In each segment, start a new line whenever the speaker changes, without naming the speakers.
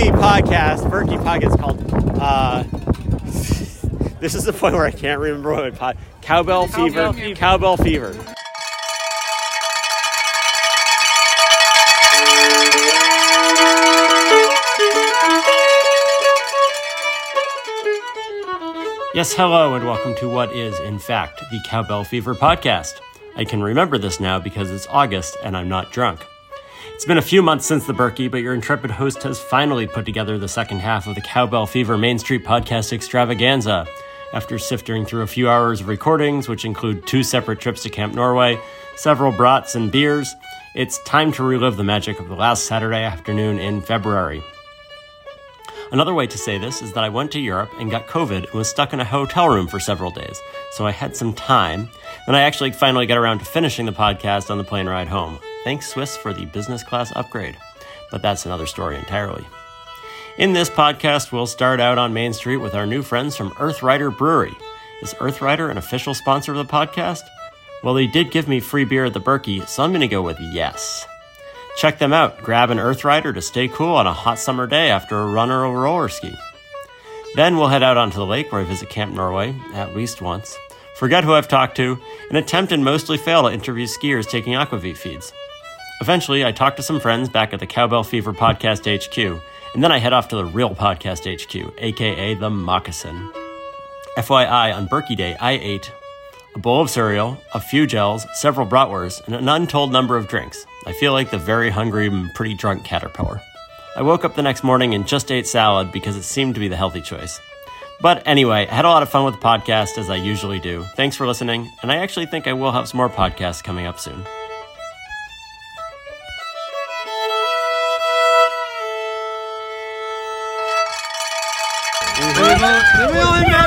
podcast, Berkey podcast, called. Uh, this is the point where I can't remember what it pod. Cowbell,
Cowbell
fever,
Fever.
Cowbell fever. Yes, hello, and welcome to what is, in fact, the Cowbell Fever podcast. I can remember this now because it's August and I'm not drunk. It's been a few months since the Berkey, but your intrepid host has finally put together the second half of the Cowbell Fever Main Street podcast extravaganza. After sifting through a few hours of recordings, which include two separate trips to Camp Norway, several brats and beers, it's time to relive the magic of the last Saturday afternoon in February. Another way to say this is that I went to Europe and got COVID and was stuck in a hotel room for several days, so I had some time. Then I actually finally got around to finishing the podcast on the plane ride home. Thanks, Swiss, for the business class upgrade. But that's another story entirely. In this podcast, we'll start out on Main Street with our new friends from Earthrider Brewery. Is Earthrider an official sponsor of the podcast? Well, they did give me free beer at the Berkey, so I'm going to go with yes. Check them out. Grab an Earth Rider to stay cool on a hot summer day after a run or a roller ski. Then we'll head out onto the lake where I visit Camp Norway at least once, forget who I've talked to, and attempt and mostly fail to interview skiers taking aquavit feeds. Eventually, I talk to some friends back at the Cowbell Fever Podcast HQ, and then I head off to the real Podcast HQ, aka the Moccasin. FYI, on Berkey Day, I ate a bowl of cereal, a few gels, several bratwursts, and an untold number of drinks. I feel like the very hungry and pretty drunk caterpillar. I woke up the next morning and just ate salad because it seemed to be the healthy choice. But anyway, I had a lot of fun with the podcast as I usually do. Thanks for listening, and I actually think I will have some more podcasts coming up soon.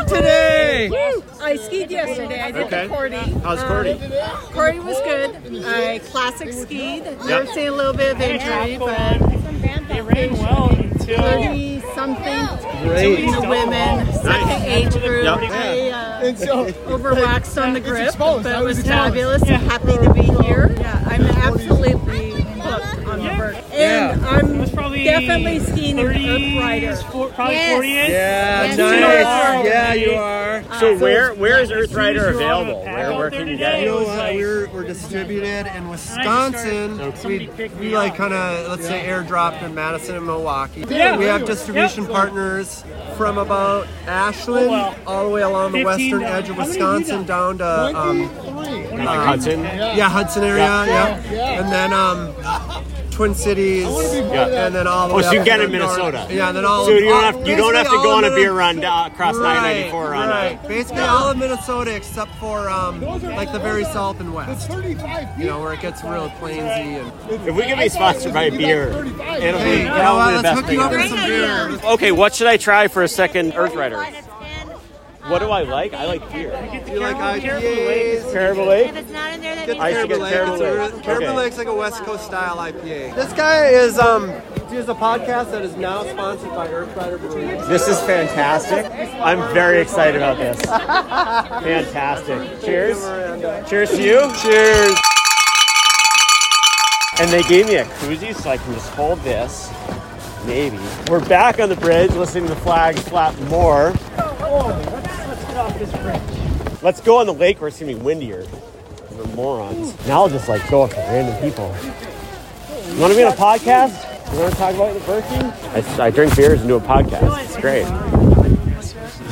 today.
I skied yesterday. I did
Okay.
the Cordy.
How's
Um,
Cordy?
Cordy was good. I classic skied. There's a little bit of injury, but
Rain well until
30 something
Great.
between the women, second age group. I uh,
And so,
overwaxed on the grip,
exposed.
but
I
it
was
was
exposed.
fabulous. I'm happy to be here. Yeah, I'm absolutely hooked on the bird. And
it
I'm
was probably
definitely skiing an
30s,
Earth Rider.
four- probably
Yes.
40th.
Yeah,
Yes,
nice.
you are.
Yeah, you are.
So where where is Earth
Rider
Rider
available?
available?
Where-
Where
where
can
can
you
you
get
get
You
it?
know
was
what?
like-
We're, we're distributed in Wisconsin.
started- somebody
we
picked me
we like
up.
kind of let's say airdropped in Madison and Milwaukee.
Yeah.
we have distribution
Yep.
partners from about Ashland
Oh, wow.
all the way along the
15
western edge
How many
of
have you
Wisconsin down to um,
23.
Hudson.
yeah Hudson area. Yeah,
Yeah.
and then um, Twin Cities.
Yeah.
And then all the
Oh,
way
so
up
you get
to
in Minnesota.
Yeah, and then all
So you don't
all-
have you don't have to
basically
go
all
on a
Minnesota-
beer run uh, across
Right,
994 on
right.
a
Basically all of Minnesota except for um, like the very south and
It's
west.
35
You know where it gets real plainsy and.
If we can be sponsored by a beer, it'll be
Hey, you know
probably
what?
the
Let's
best
hook you
thing
up
ever.
with some beer.
Okay, what should I try for a second Earth Rider? What do I like? I like beer.
You like
Careful,
IPAs?
Terrible Lake?
If it's not in there, that
Get
means
I should
Caribou
get
Lake.
Caribou
It's a-
Lake.
Caribou
Okay.
Lake's like a West Coast style IPA. This guy is um, he has a podcast that is now sponsored by Earthrider Brewery.
This is fantastic. I'm very excited about this. Fantastic. Cheers. Cheers to you. Cheers. And they gave me a koozie so I can just hold this. Maybe. We're back on the bridge listening to the flags flap more. Let's go on the lake where it's gonna be windier. We're morons. Now I'll just like go up to random people. You wanna be on a podcast? You wanna talk about the Berkey? I, I drink beers and do a podcast. It's great.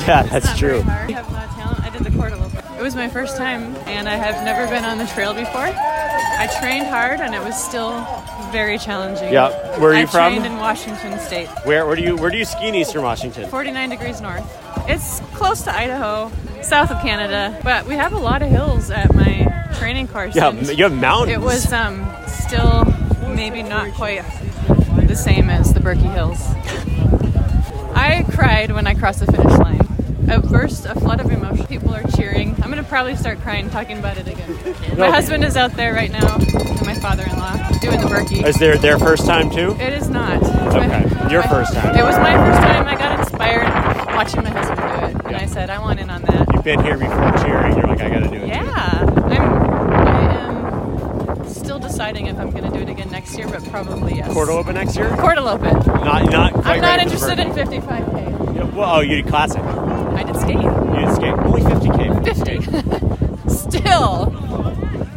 Yeah, that's true.
I have a lot of talent. I did the Cordova. It was my first time, and I have never been on the trail before. I trained hard, and it was still very challenging.
Yeah. Where are you
I
from?
trained in Washington State,
Where where do you where do you ski in Eastern Washington?
49 degrees north. It's close to Idaho, south of Canada, but we have a lot of hills at my training course.
Yeah,
and
m- you have mountains.
it was um, still maybe not quite the same as the Berkey Hills. I cried when I crossed the finish line. A burst, a flood of emotion. People are cheering. I'm gonna probably start crying talking about it again. My husband is out there right now, and my father-in-law doing the Berkey.
Is there their first time too?
It is not. It's my-
Okay, your
my-
first time.
It was my first time. I got inspired watching my husband do it, and
Yeah.
I said I want in on that.
You've been here before cheering. You're like, I gotta do it.
Yeah, I'm. I am still deciding deciding if I'm going to do it again next year, but probably yes.
Cordoba next year?
Cordalope.
Not, not quite
I'm not
ready for
interested
Burpee.
in 55k.
Yeah, well, oh, you did classic.
I did skate.
You did skate. Only 50K.
50. Still.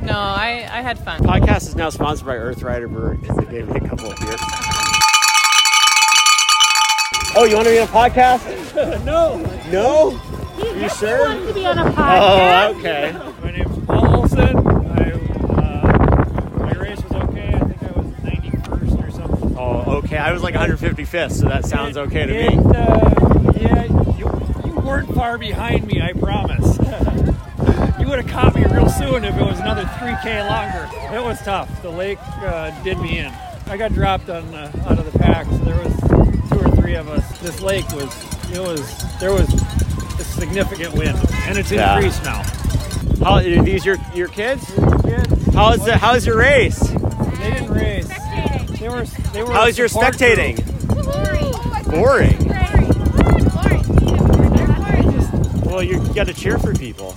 No, I, I had fun.
Podcast is now sponsored by Earth Rider Brewery because they gave me a couple of beers. Oh, you want to be on a podcast? no. No? you sure?
to be on a
Oh, okay.
My name's Paul Olson. I, uh, my race was okay. I think I was 91st or something.
Oh, okay. I was like 155th, so that sounds okay to
it,
me.
Uh, yeah, you, you weren't far behind me, I promise. you would have caught me real soon if it was another 3K longer. It was tough. The lake uh, did me in. I got dropped on uh, out of the pack, so there was two or three of us. This lake was, it was, there was a significant wind, and it's
Yeah.
increased now.
How, are these your your kids?
Kids,
How's the, how's your race?
They didn't race. They were, they were
How's your
support
spectating?
group.
Boring.
Go
Well, you got to cheer for people.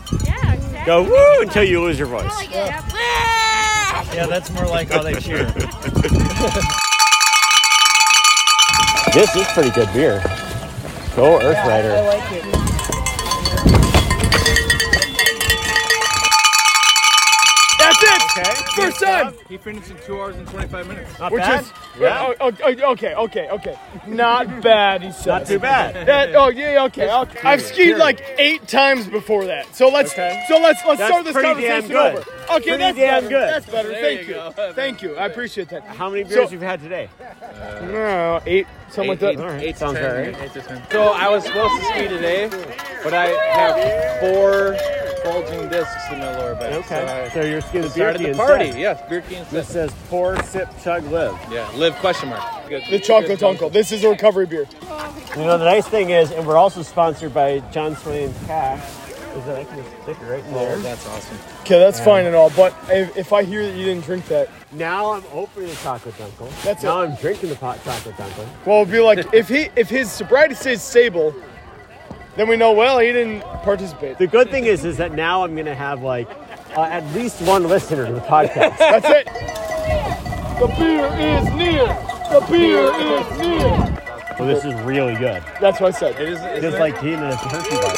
Go woo until you lose your voice.
Yeah, that's more like how they cheer.
This is pretty good beer. Go Earth Rider. I like it. That's it. Okay. First time.
He finished in two hours and 25 minutes.
Not
Which
bad.
is
yeah.
Oh, oh, okay, okay, okay. Not bad, he said.
Not too bad.
That, oh yeah, okay, okay. I've skied like eight times before that. So let's
Okay.
so let's let's
That's
start this
pretty damn
conversation
good.
over. Okay,
Pretty
that's
damn
better.
good.
That's better. Thank you. Thank you. I appreciate that.
How many beers
So-
you've had today?
No, eight something like that.
All right. Sounds very.
So I was supposed to ski today, but I have four bulging discs in my lower back. So
Okay.
I
So you're skinning beer
started
key
the party.
instead.
Yes, beer key and
This
stuff.
says pour, sip, chug, live.
Yeah, live question mark. Good.
The chocolate uncle. This is a recovery beer.
You know, the nice thing is, and we're also sponsored by John Swain Cash, is that I can just stick it right in there.
That's awesome.
Okay, that's fine and all, but if, if I hear that you didn't drink that,
Now I'm opening the chocolate dunkel.
That's
now
it.
I'm drinking the pot chocolate dunkel.
well, it'd be like if he if his sobriety stays stable, then we know well he didn't participate.
The good thing is, is that now I'm gonna have like uh, at least one listener to the podcast.
That's it. The beer is near. The beer is near.
well, this is really good.
That's what I said.
It is, it's
Just like Tina and the turkey bar.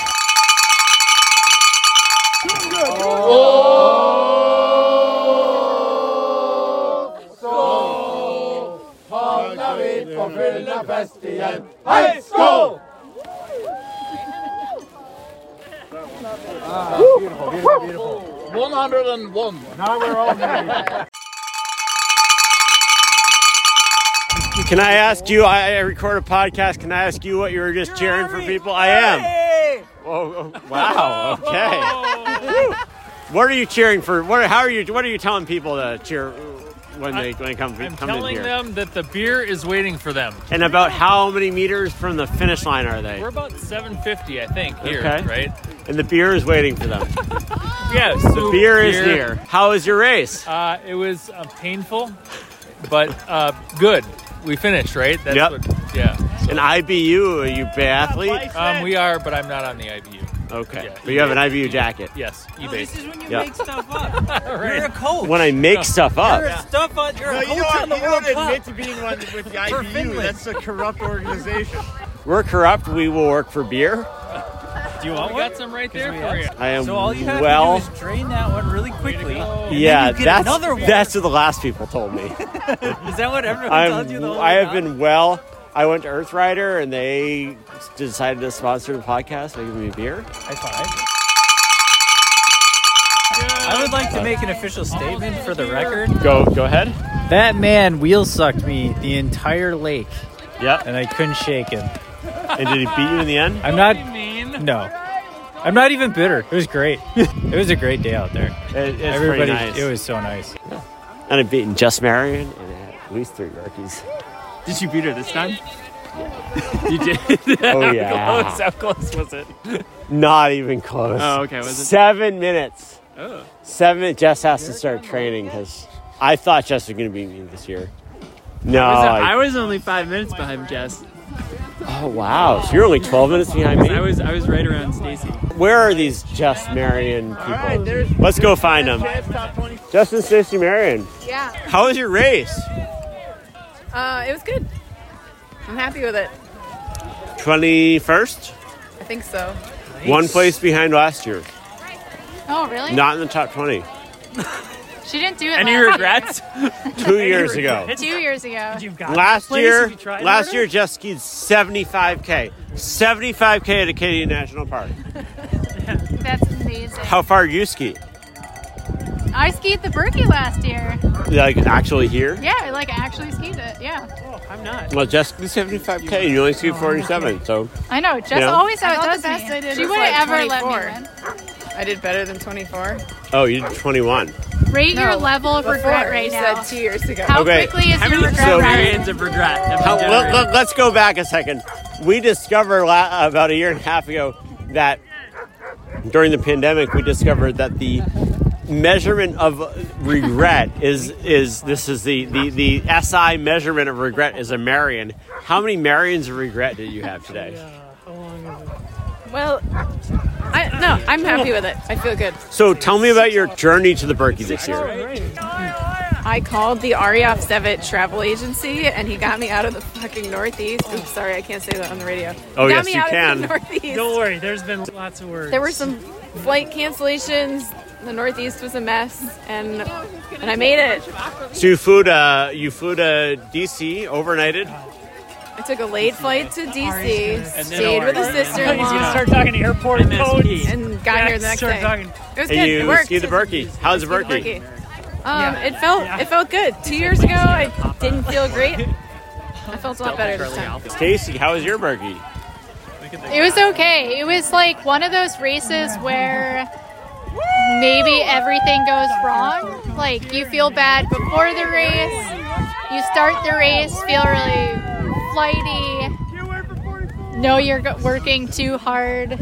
Beautiful, beautiful, beautiful.
101.
Now we're all married.
Can I ask you? I, I record a podcast. Can I ask you what you were just cheering for people? I am. Oh, oh, wow. Okay. Woo. what are you cheering for? What? are- How are you? What are you telling people to cheer when they when they come
I'm
come in
telling
here?
them that the beer is waiting for them.
And about how many meters from the finish line are they?
We're about 750, I think, here,
Okay.
right?
And the beer is waiting for them.
Yeah,
The beer is near. How is your race?
Uh, it was uh, painful, but uh, good. We finished, right? That's
Yep.
What, yeah.
An IBU? Are you athlete?
Um, we are, but I'm not on the IBU.
Okay,
Yeah.
but you have an IBU jacket.
Yes,
This
eBay.
is when you
Yeah.
make stuff up. You're a coach.
When I make stuff
you're
up,
a stuff up. You're a coach on the World Cup.
to being one with the
Finland.
That's a corrupt organization.
we're corrupt. We will work for beer.
Do you want we got some right there for you.
I am
So all you have
well.
to do is drain that one really quickly.
yeah,
you get
that's
another one.
that's what the last people told me.
Is that what everyone
I'm,
tells you the whole
I have
time?
been well. I went to Earthrider and they decided to sponsor the podcast by giving me beer.
I would like to make an official statement for the record.
Go go ahead.
That man wheel sucked me the entire lake,
Yep.
and I couldn't shake him.
And did he beat you in the end?
I'm not. No. I'm not even bitter. It was great. it was a great day out there.
It, it's pretty
Everybody,
nice.
it was so nice.
and I've beaten Just Marion and at least three Yorkies.
Did you beat her this time?
You did.
Oh yeah.
How close was it?
Not even close.
Oh, okay, was it-
Seven minutes. Oh. Seven minutes. Jess has to start training because I thought
Oh,
Jess was going to beat me this year. No. I,
was only five minutes behind Jess.
Oh wow! So you're only 12 minutes behind
I
me.
was I was right around Stacy.
Where are these Just Marion people? Let's go find them. Justin Stacy Marion.
Yeah.
How was your race?
Uh, it was good. I'm happy with it.
21st,
I think so.
one place behind last year.
Oh, really?
Not in the top 20.
She didn't do it
Any
last
regrets?
Two years ago.
year. Two years ago.
You've got
Last
place
year,
if you tried
last
harder?
year, Jess skied 75k, 75k at Acadia National Park.
That's amazing.
How far you ski?
I skied the Berkey last year.
Like actually here?
Yeah, I like actually skied it. Yeah.
I'm not.
Well, Jess skied 75k, and you only
Oh,
skied 47. So
I know. Just
Yeah.
always how
I
it
thought the
does
best
me.
I did
she
was,
wouldn't
like,
ever let me
24.
win.
I did better than 24.
oh, you did 21.
Rate your
No,
level of regret right
you
now.
said two years ago.
How
Okay.
quickly is
How
your
many
regret rising?
experience of regret?
How,
have you
Oh, let,
generated?
us go back a second. We discovered la- about a year and a half ago that during the pandemic, we discovered that the measurement of regret is is this is the, the the SI measurement of regret is a Marion. How many Marions of regret did you have today?
Well, I no, I'm happy with it. I feel good.
So tell me about your journey to the Berkey this year.
I called the Arioff Sevit travel agency and he got me out of the fucking Northeast. Oops, sorry, I can't say that on the radio.
Oh,
He
yes,
got me
you
out
can.
Of the Northeast.
Don't worry, there's been lots of words.
There were some flight cancellations. The Northeast was a mess, and and I made it.
So you flew to you flew to DC overnighted.
I took a late flight to DC,
then
stayed with a
Oregon.
He's gonna
sister-in-law,
start talking airport codes.
MSP.
and got here the next
start
day.
talking.
It was
And
good. It
you
worked.
skied the Berkey. How's the
Lucky.
Berkey?
Um, it felt it felt good. Two years ago, I didn't feel great. I felt a lot better this time.
Stacy, how was your Berkey?
It was okay. It was like one of those races where maybe everything goes wrong. Like you feel bad before the race, you start the race, feel really flighty. Know you're go- working too hard.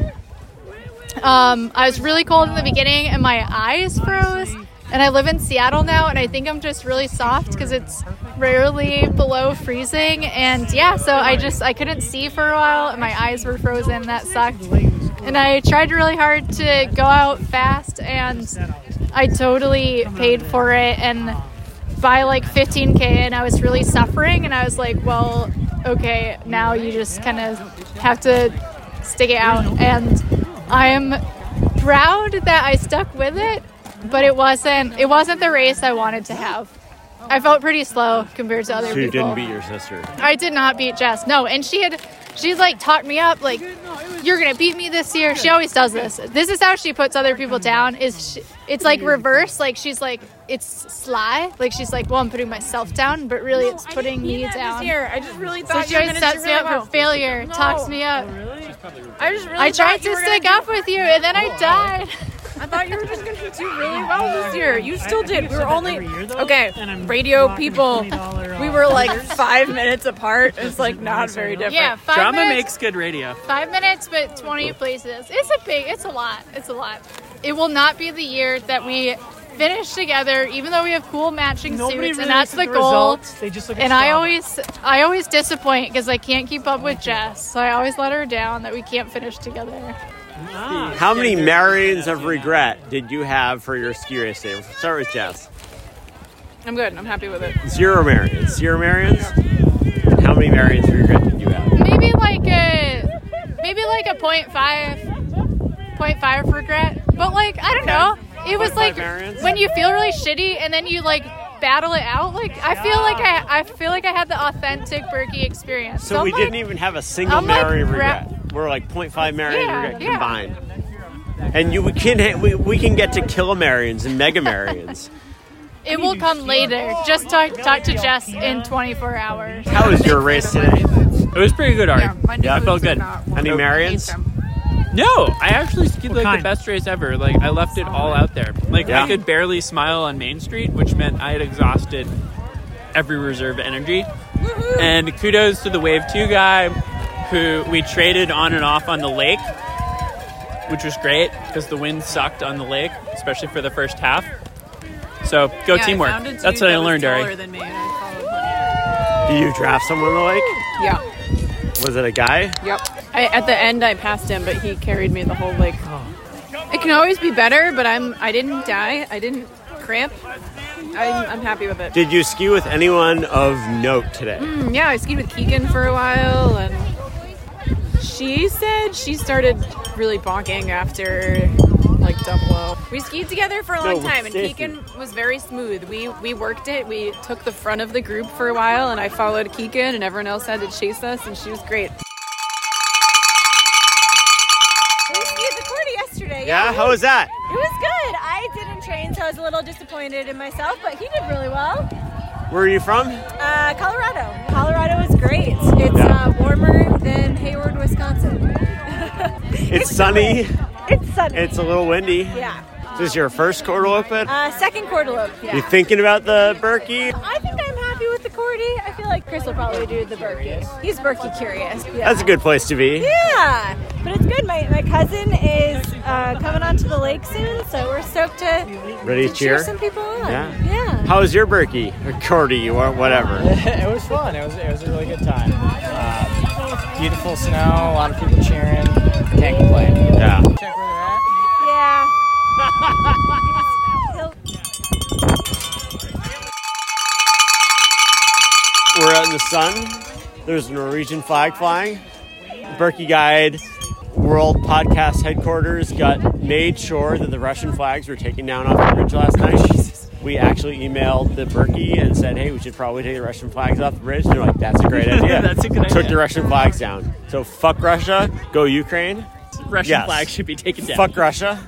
Um, I was really cold in the beginning, and my eyes froze. And I live in Seattle now, and I think I'm just really soft because it's rarely below freezing. And yeah, so I just I couldn't see for a while, and my eyes were frozen. That sucked. And I tried really hard to go out fast, and I totally paid for it. And by like 15k, and I was really suffering. And I was like, well, okay, now you just kind of have to stick it out and i'm proud that i stuck with it but it wasn't it wasn't the race i wanted to have i felt pretty slow compared to other
So you
people
didn't beat your sister.
i did not beat jess no and she had she's like talked me up like you're gonna beat me this year she always does this this is how she puts other people down is she, it's like reverse like she's like it's sly like she's like well i'm putting myself down but really
Oh,
it's putting me down
Here, I just really
so
thought
she
you were
always
going to do
sets me
really
up
well.
for failure talks me up
I just really
I tried
thought you
to
were gonna Oh.
stick up with you, and then I died.
I thought you were just going to do really well this year. You still
I think
did. We
I've said
were
that
only
every year, though,
okay.
and I'm
Radio
rocking
people,
$20
we were like five minutes apart. It's like not very different.
yeah, five
Drama
minutes.
makes good radio.
five minutes, but twenty places. It's a big. It's a lot. It's a lot. It will not be the year that we finish together, even though we have cool matching
Nobody
suits,
really
and that's
looks
the
at the
goal.
results, they just look at
and I
Strava.
always, I always disappoint because I can't keep up with Jess, so I always let her down that we can't finish together.
How many Marions of regret did you have for your ski race day? We'll Start with Jess.
I'm good. I'm happy with it.
Zero Marions. Zero Marions? How many Marions of regret did you have?
Maybe like a, maybe like a point five, point five regret. But like I don't know. It was like
variance.
when you feel really shitty and then you like battle it out. Like I feel like I I feel like I had the authentic Berkey experience.
So we
I'm, like,
didn't even have a single
I'm like
Marion of
gra-
regret. We're like 0.5 Marion
Yeah,
regret
yeah.
combined. And you we can ha- we, we can get to kilomarions and megamarions.
It will come later. Just talk talk to Jess in 24 hours.
How was your race today?
It was pretty good, Ari.
Yeah, I
felt good.
Any Marions?
No, I actually skied like
kind?
the best race ever. Like I left it all out there. Like
Yeah.
I could barely smile on Main Street, which meant I had exhausted every reserve energy. And kudos to the Wave Two guy, who we traded on and off on the lake, which was great because the wind sucked on the lake, especially for the first half. So go
Yeah, I
teamwork.
found a dude
That's what
that
I
was
learned,
taller
Ari.
than me, and I followed him.
Do you draft someone on the lake?
Yeah.
Was Was it a guy?
Yep. I, at the end, I passed him, but he carried me the whole lake. It can always be better, but I'm I didn't die. I didn't cramp. I'm, I'm happy with it.
Did you ski with anyone of note today?
Mm, yeah, I skied with Keegan for a while, and she said she started really bonking after like Dumbo. We skied together for a long
No,
time, and
seriously.
Keegan was very smooth. We we worked it. We took the front of the group for a while, and I followed Keegan, and everyone else had to chase us, and she was great.
We skied the Cordy yesterday.
Yeah, how was that?
It was good. I didn't train, so I was a little disappointed in myself, but he did really well.
Where are you from?
Uh, Colorado. Colorado is great.
Oh,
It's uh, warmer than Hayward, Wisconsin.
It's sunny.
It's sunny.
It's a little windy.
yeah.
Is this your first quarter open?
Uh, second Cordelope, yeah.
You thinking about the Berkey?
I think I'm happy with the Cordy. I feel like Chris will probably do the Berkey. He's Berkey curious. Yeah.
That's a good place to be.
Yeah, but it's good. My, my cousin is uh, coming onto the lake soon, so we're stoked to,
Ready
to
to cheer?
some people on.
Yeah.
yeah.
How was your Berkey? Or Cordy, or whatever.
it was fun. It was it was a really good time. Uh, beautiful snow, a lot of people cheering. Can't complain.
Yeah.
Yeah.
We're out in the sun. There's a Norwegian flag flying. Berkey Guide World Podcast Headquarters got made sure that the Russian flags were taken down off the ridge last night. We actually emailed the Berkey and said, hey, we should probably take the Russian flags off the bridge. And they're like, that's a great idea.
That's a good
Took
idea.
the Russian flags down. So fuck Russia, go Ukraine.
Russian
Yes.
flag should be taken down.
Fuck Russia.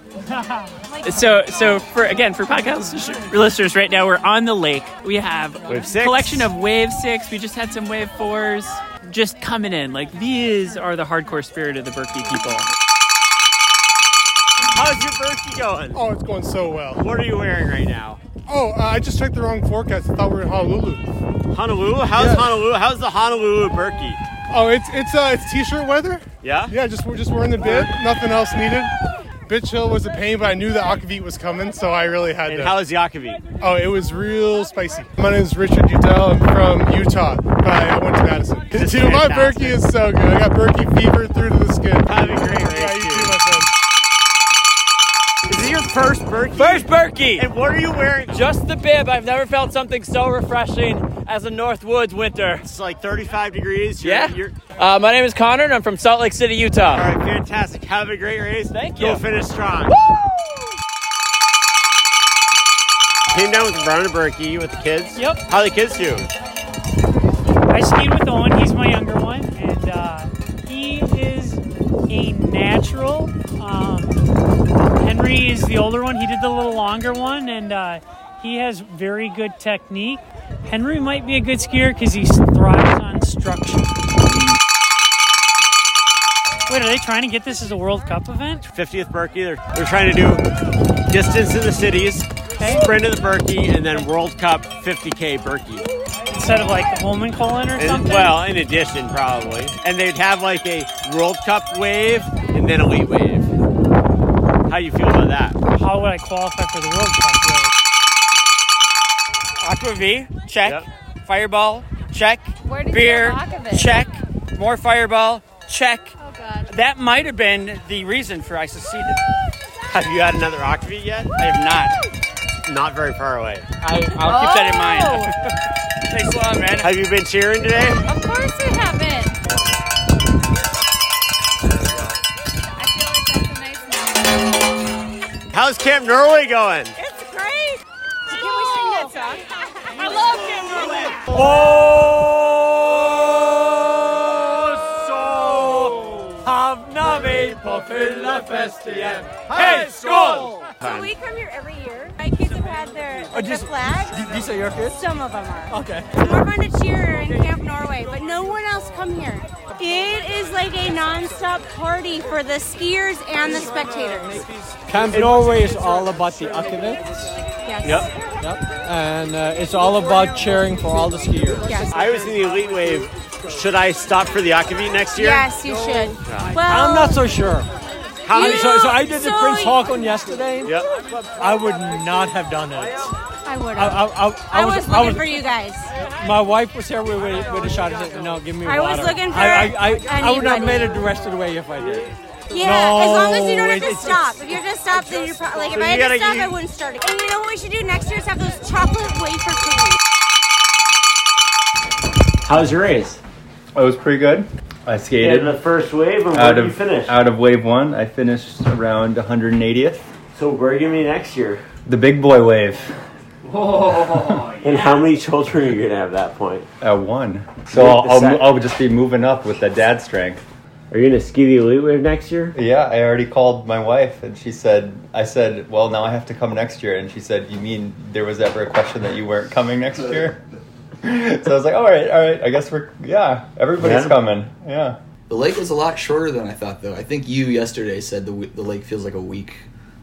So, so for again for podcast sh- listeners, right now we're on the lake. We have
Wave six.
collection of wave six. We just had some wave fours just coming in. Like these are the hardcore spirit of the Berkeley people.
How's your Berkey going?
Oh, it's going so well.
What are you wearing right now?
Oh, uh, I just checked the wrong forecast. I thought we were in Honolulu.
Honolulu? How's
Yeah.
Honolulu? How's the Honolulu Berkey?
Oh, it's it's uh, it's t-shirt weather.
Yeah?
Yeah, just we're just wearing the bib. Nothing else needed. Bitch Hill was a pain, but I knew the akavit was coming, so I really had
And
to.
how's Yakovy?
Oh, it was real spicy. My name is Richard Udell. I'm from Utah, but I went to Madison.
This is
Dude, my
fantastic.
Berkey is so good. I got Berkey fever through to the skin.
Have a great race,
Yeah, you
dude.
too, my friend.
Is this your first Berkey?
First Berkey!
And what are you wearing?
Just the bib. I've never felt something so refreshing as a North Woods winter.
It's like 35 degrees. You're-
Yeah.
You're,
Uh, my name is Connor, and I'm from Salt Lake City, Utah.
all right, fantastic. Have a great race. Thank
you.
Go finish strong. Came down with Brown and Berkey with the kids.
Yep.
How the kids do?
I skied with Owen. He's my younger one, and uh, he is a natural. Um, Henry is the older one. He did the little longer one, and uh, he has very good technique. Henry might be a good skier because he thrives on structure. Wait, are they trying to get this as a World Cup event?
50th Berkey. They're, they're trying to do distance in the cities, sprint of the Berkey, and then World Cup 50K Berkey.
Instead of like the Holman Colon or
And,
something?
well, in addition, probably. And they'd have like a World Cup wave and then elite wave. How you feel about that?
How would I qualify for the World Cup?
Aqua V, check. Fireball, check.
Where did
Beer,
you get Aquavit?
check. More Fireball, check. Oh God. That might have been the reason for I succeeded.
Have you had another Octavie yet?
I have not.
Not very far away.
I, I'll keep that in mind.
Oh.
Thanks a lot, man.
Have you been cheering today?
Of course we haven't.
How's Camp Norway going?
It's great. Can we sing that song? I love Kimberly.
Havna vi på fylla fest igen. Hej, skål!
So we come here every year. My kids have had their
Oh, these-
the flags.
these are your kids?
Some of them are.
Okay.
It's more fun to cheer in Camp Norway, but no one else come here. It is like a non-stop party for the skiers and the spectators.
Camp Norway is all about the akavit.
Yes.
Yep. And uh, it's all about cheering for all the skiers.
I was in the elite wave. Should I stop for the Akavit next year?
Yes, you should.
Yeah.
Well,
I'm not so sure.
How
I-
many-
so, so I did the
so
Prince
you-
Hawk on yesterday.
Yep.
I would not have done it.
I would
I, I,
have.
I,
I was looking for you guys.
My wife was here. We would have shot it. No, give me
I was
water.
looking for
I, I, I, I would not have
anybody.
made it the rest of the way if I did.
Yeah,
No,
as long as you don't have to
it's-
stop. If you have to stop, then you're probably like if
So
I
you
had to stop,
gotta
I
eat-
wouldn't start it. And you know what we should do next year is have those chocolate wafer cookies.
How's your race?
It was pretty good. I skated.
In the first wave, or where
out of
did you finish?
out of wave one, I finished around 180th.
So where are you gonna be next year?
The big boy wave.
and how many children are you gonna have at that point?
Uh, one. So
Wait, the
I'll,
sec-
I'll, I'll just be moving up with the dad strength.
Are you gonna ski the elite wave next year?
Yeah, I already called my wife, and she said, "I said, well, now I have to come next year." And she said, "You mean there was ever a question that you weren't coming next year?" so I was like, "All right, all right, I guess we're yeah, everybody's
Yeah.
coming." Yeah.
The lake was a lot shorter than I thought, though. I think you yesterday said the, w- the lake feels like a week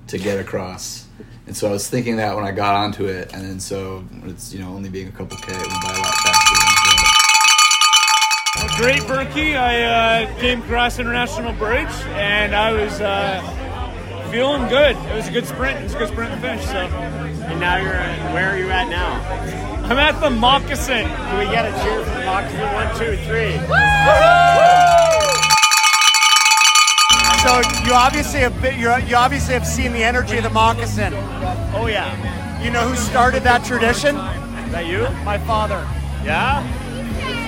to get across. And so I was thinking that when I got onto it. And then so it's, you know, only being a couple K, it went by a lot faster than I thought.
Great Berkey. I uh, came across International Bridge and I was uh, feeling good. It was a good sprint. It was a good sprint and finish. So. And now you're at, where are you at now? I'm at the Moccasin. Do we get a cheer for the Moccasin? One, two, three.
So you obviously have been, you're, you obviously have seen the energy of the moccasin. Oh yeah. You know who started that tradition?
Is that you? My father. Yeah?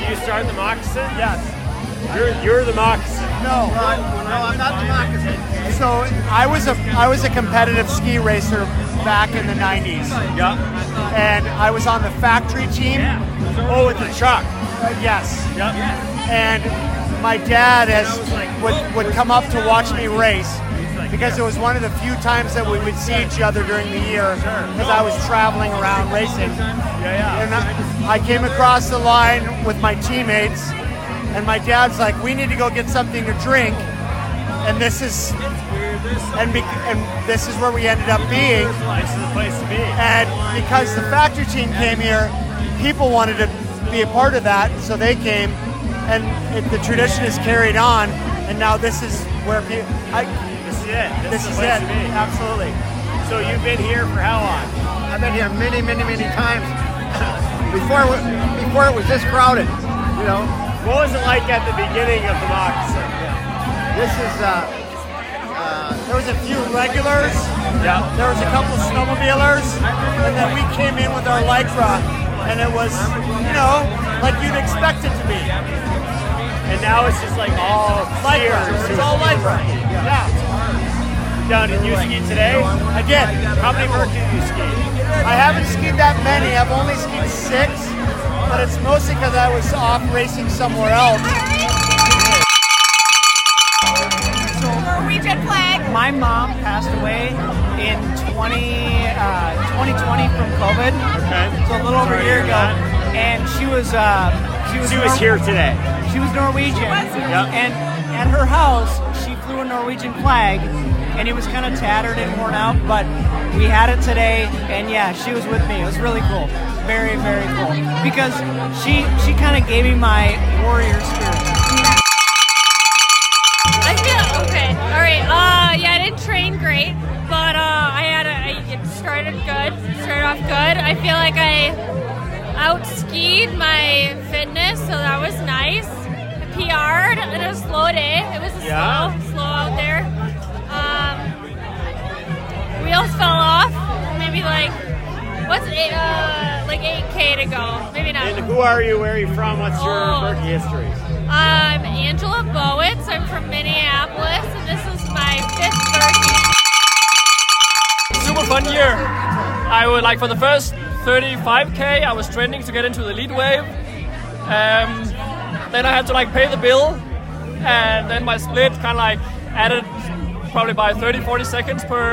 You start the Moccasin? Yes. You're, you're the Moccasin.
No. No, I'm not the moccasin. So I was a I was a competitive ski racer back in the 90s. Yeah. And I was on the factory team. Oh, with the truck. yes. Yep. And my dad has would would come up to watch me race because it was one of the few times that we would see each other during the year because I was traveling around racing. Yeah, yeah. And I, I came across the line with my teammates, and my dad's like, "We need to go get something to drink," and this is. And, be, and this is where we ended up being. This is the place to be. And because the factory team came here, people wanted to be a part of that, so they came. And it, the tradition is carried on. And now this is where people. I,
This is it.
This is
the place to
it.
be.
Absolutely.
So you've been here for how long?
I've been here many, many, many times. Before, it wa- before it was this crowded, you know. What was it like at the beginning of the moccasin? This is. Uh, uh,
There was a few regulars. Yeah. There was a couple snowmobilers, and then we came in with our lycra, and it was, you know, like you'd expect it to be.
And now it's just like all
lycra.
skiers.
It's all lycra. Yeah.
Now, did you ski today?
I did.
How many work did you ski?
I haven't skied that many. I've only skied six, but it's mostly because I was off racing somewhere else.
Norwegian flag. My mom passed away in 20, uh, 2020 from COVID. Okay. So a little over a
Sorry to
year
hear
ago.
that.
And she was, uh, she was,
She was here today.
She was Norwegian. And at her house, she flew a Norwegian flag, and it was kind of tattered and worn out, but we had it today, and yeah, she was with me. It was really cool. Very, very cool. Because she, she kind of gave me my warrior spirit.
I feel okay. All right. Uh, yeah, I didn't train great, but uh, I had a, I, it started good. Started off good. I feel like I out skied my fitness, so that was nice. I PR'd in a slow day. It was a
Yeah.
slow, slow out there. Um, wheels fell off. Maybe like what's eight, uh, like 8k to go. Maybe not.
And who are you? Where are you from? What's your
Oh.
Berkey history?
I'm Angela Bowitz. I'm from Minneapolis, and this is my fifth birthday.
super fun year. I would like for the first 35k, I was training to get into the lead wave. Um, then I had to like pay the bill, and then my split kind of like added probably by 30 40 seconds per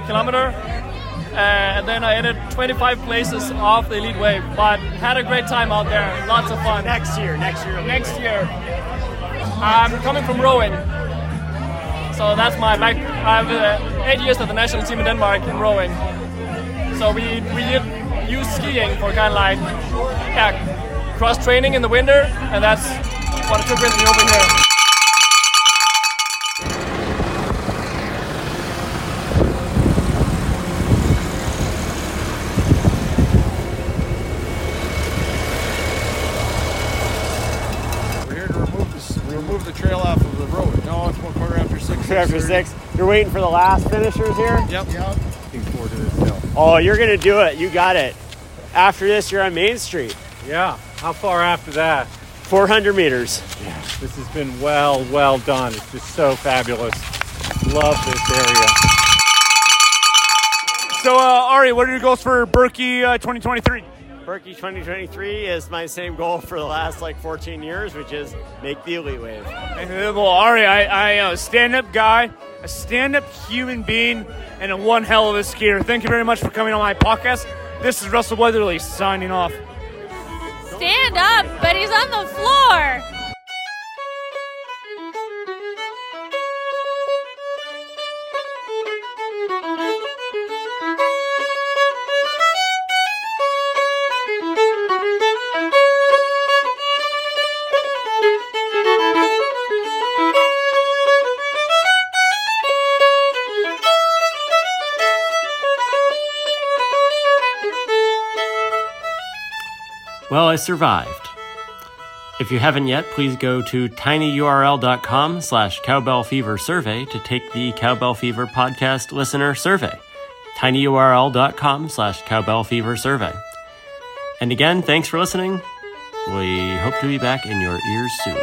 uh, kilometer. Uh, and then I ended 25 places off the elite wave, but had a great time out there. Lots of fun. Next year, next year, next year. I'm coming from Rowan, so that's my back. I've uh, eight years at the national team in Denmark in rowing. So we we u- use skiing for kind of like yeah, cross training in the winter, and that's what it took with me over here.
the trail off of the road. No, it's one quarter after six.
Quarter after
6:30.
six. You're waiting for the last finishers here?
Yep. Yep. Looking forward to this hill.
Oh, you're going to do it. You got it. After this, you're on Main Street.
Yeah. How far after that?
400 meters.
Yeah. This has been well, well done. It's just so fabulous. Love this area.
So, uh, Ari, what are your goals for Berkey uh, 2023? Berkey 2023 is my same goal for the last like 14 years, which is make the elite wave.
Well, Ari, I, I am a stand-up guy, a stand-up human being, and a one hell of a skier. Thank you very much for coming on my podcast. This is Russell Weatherly signing off.
Stand up, but he's on the floor.
Well, I survived. If you haven't yet, please go to tinyurl.com slash cowbell fever survey to take the Cowbell Fever podcast listener survey. tinyurl.com slash cowbell fever survey. And again, thanks for listening. We hope to be back in your ears soon.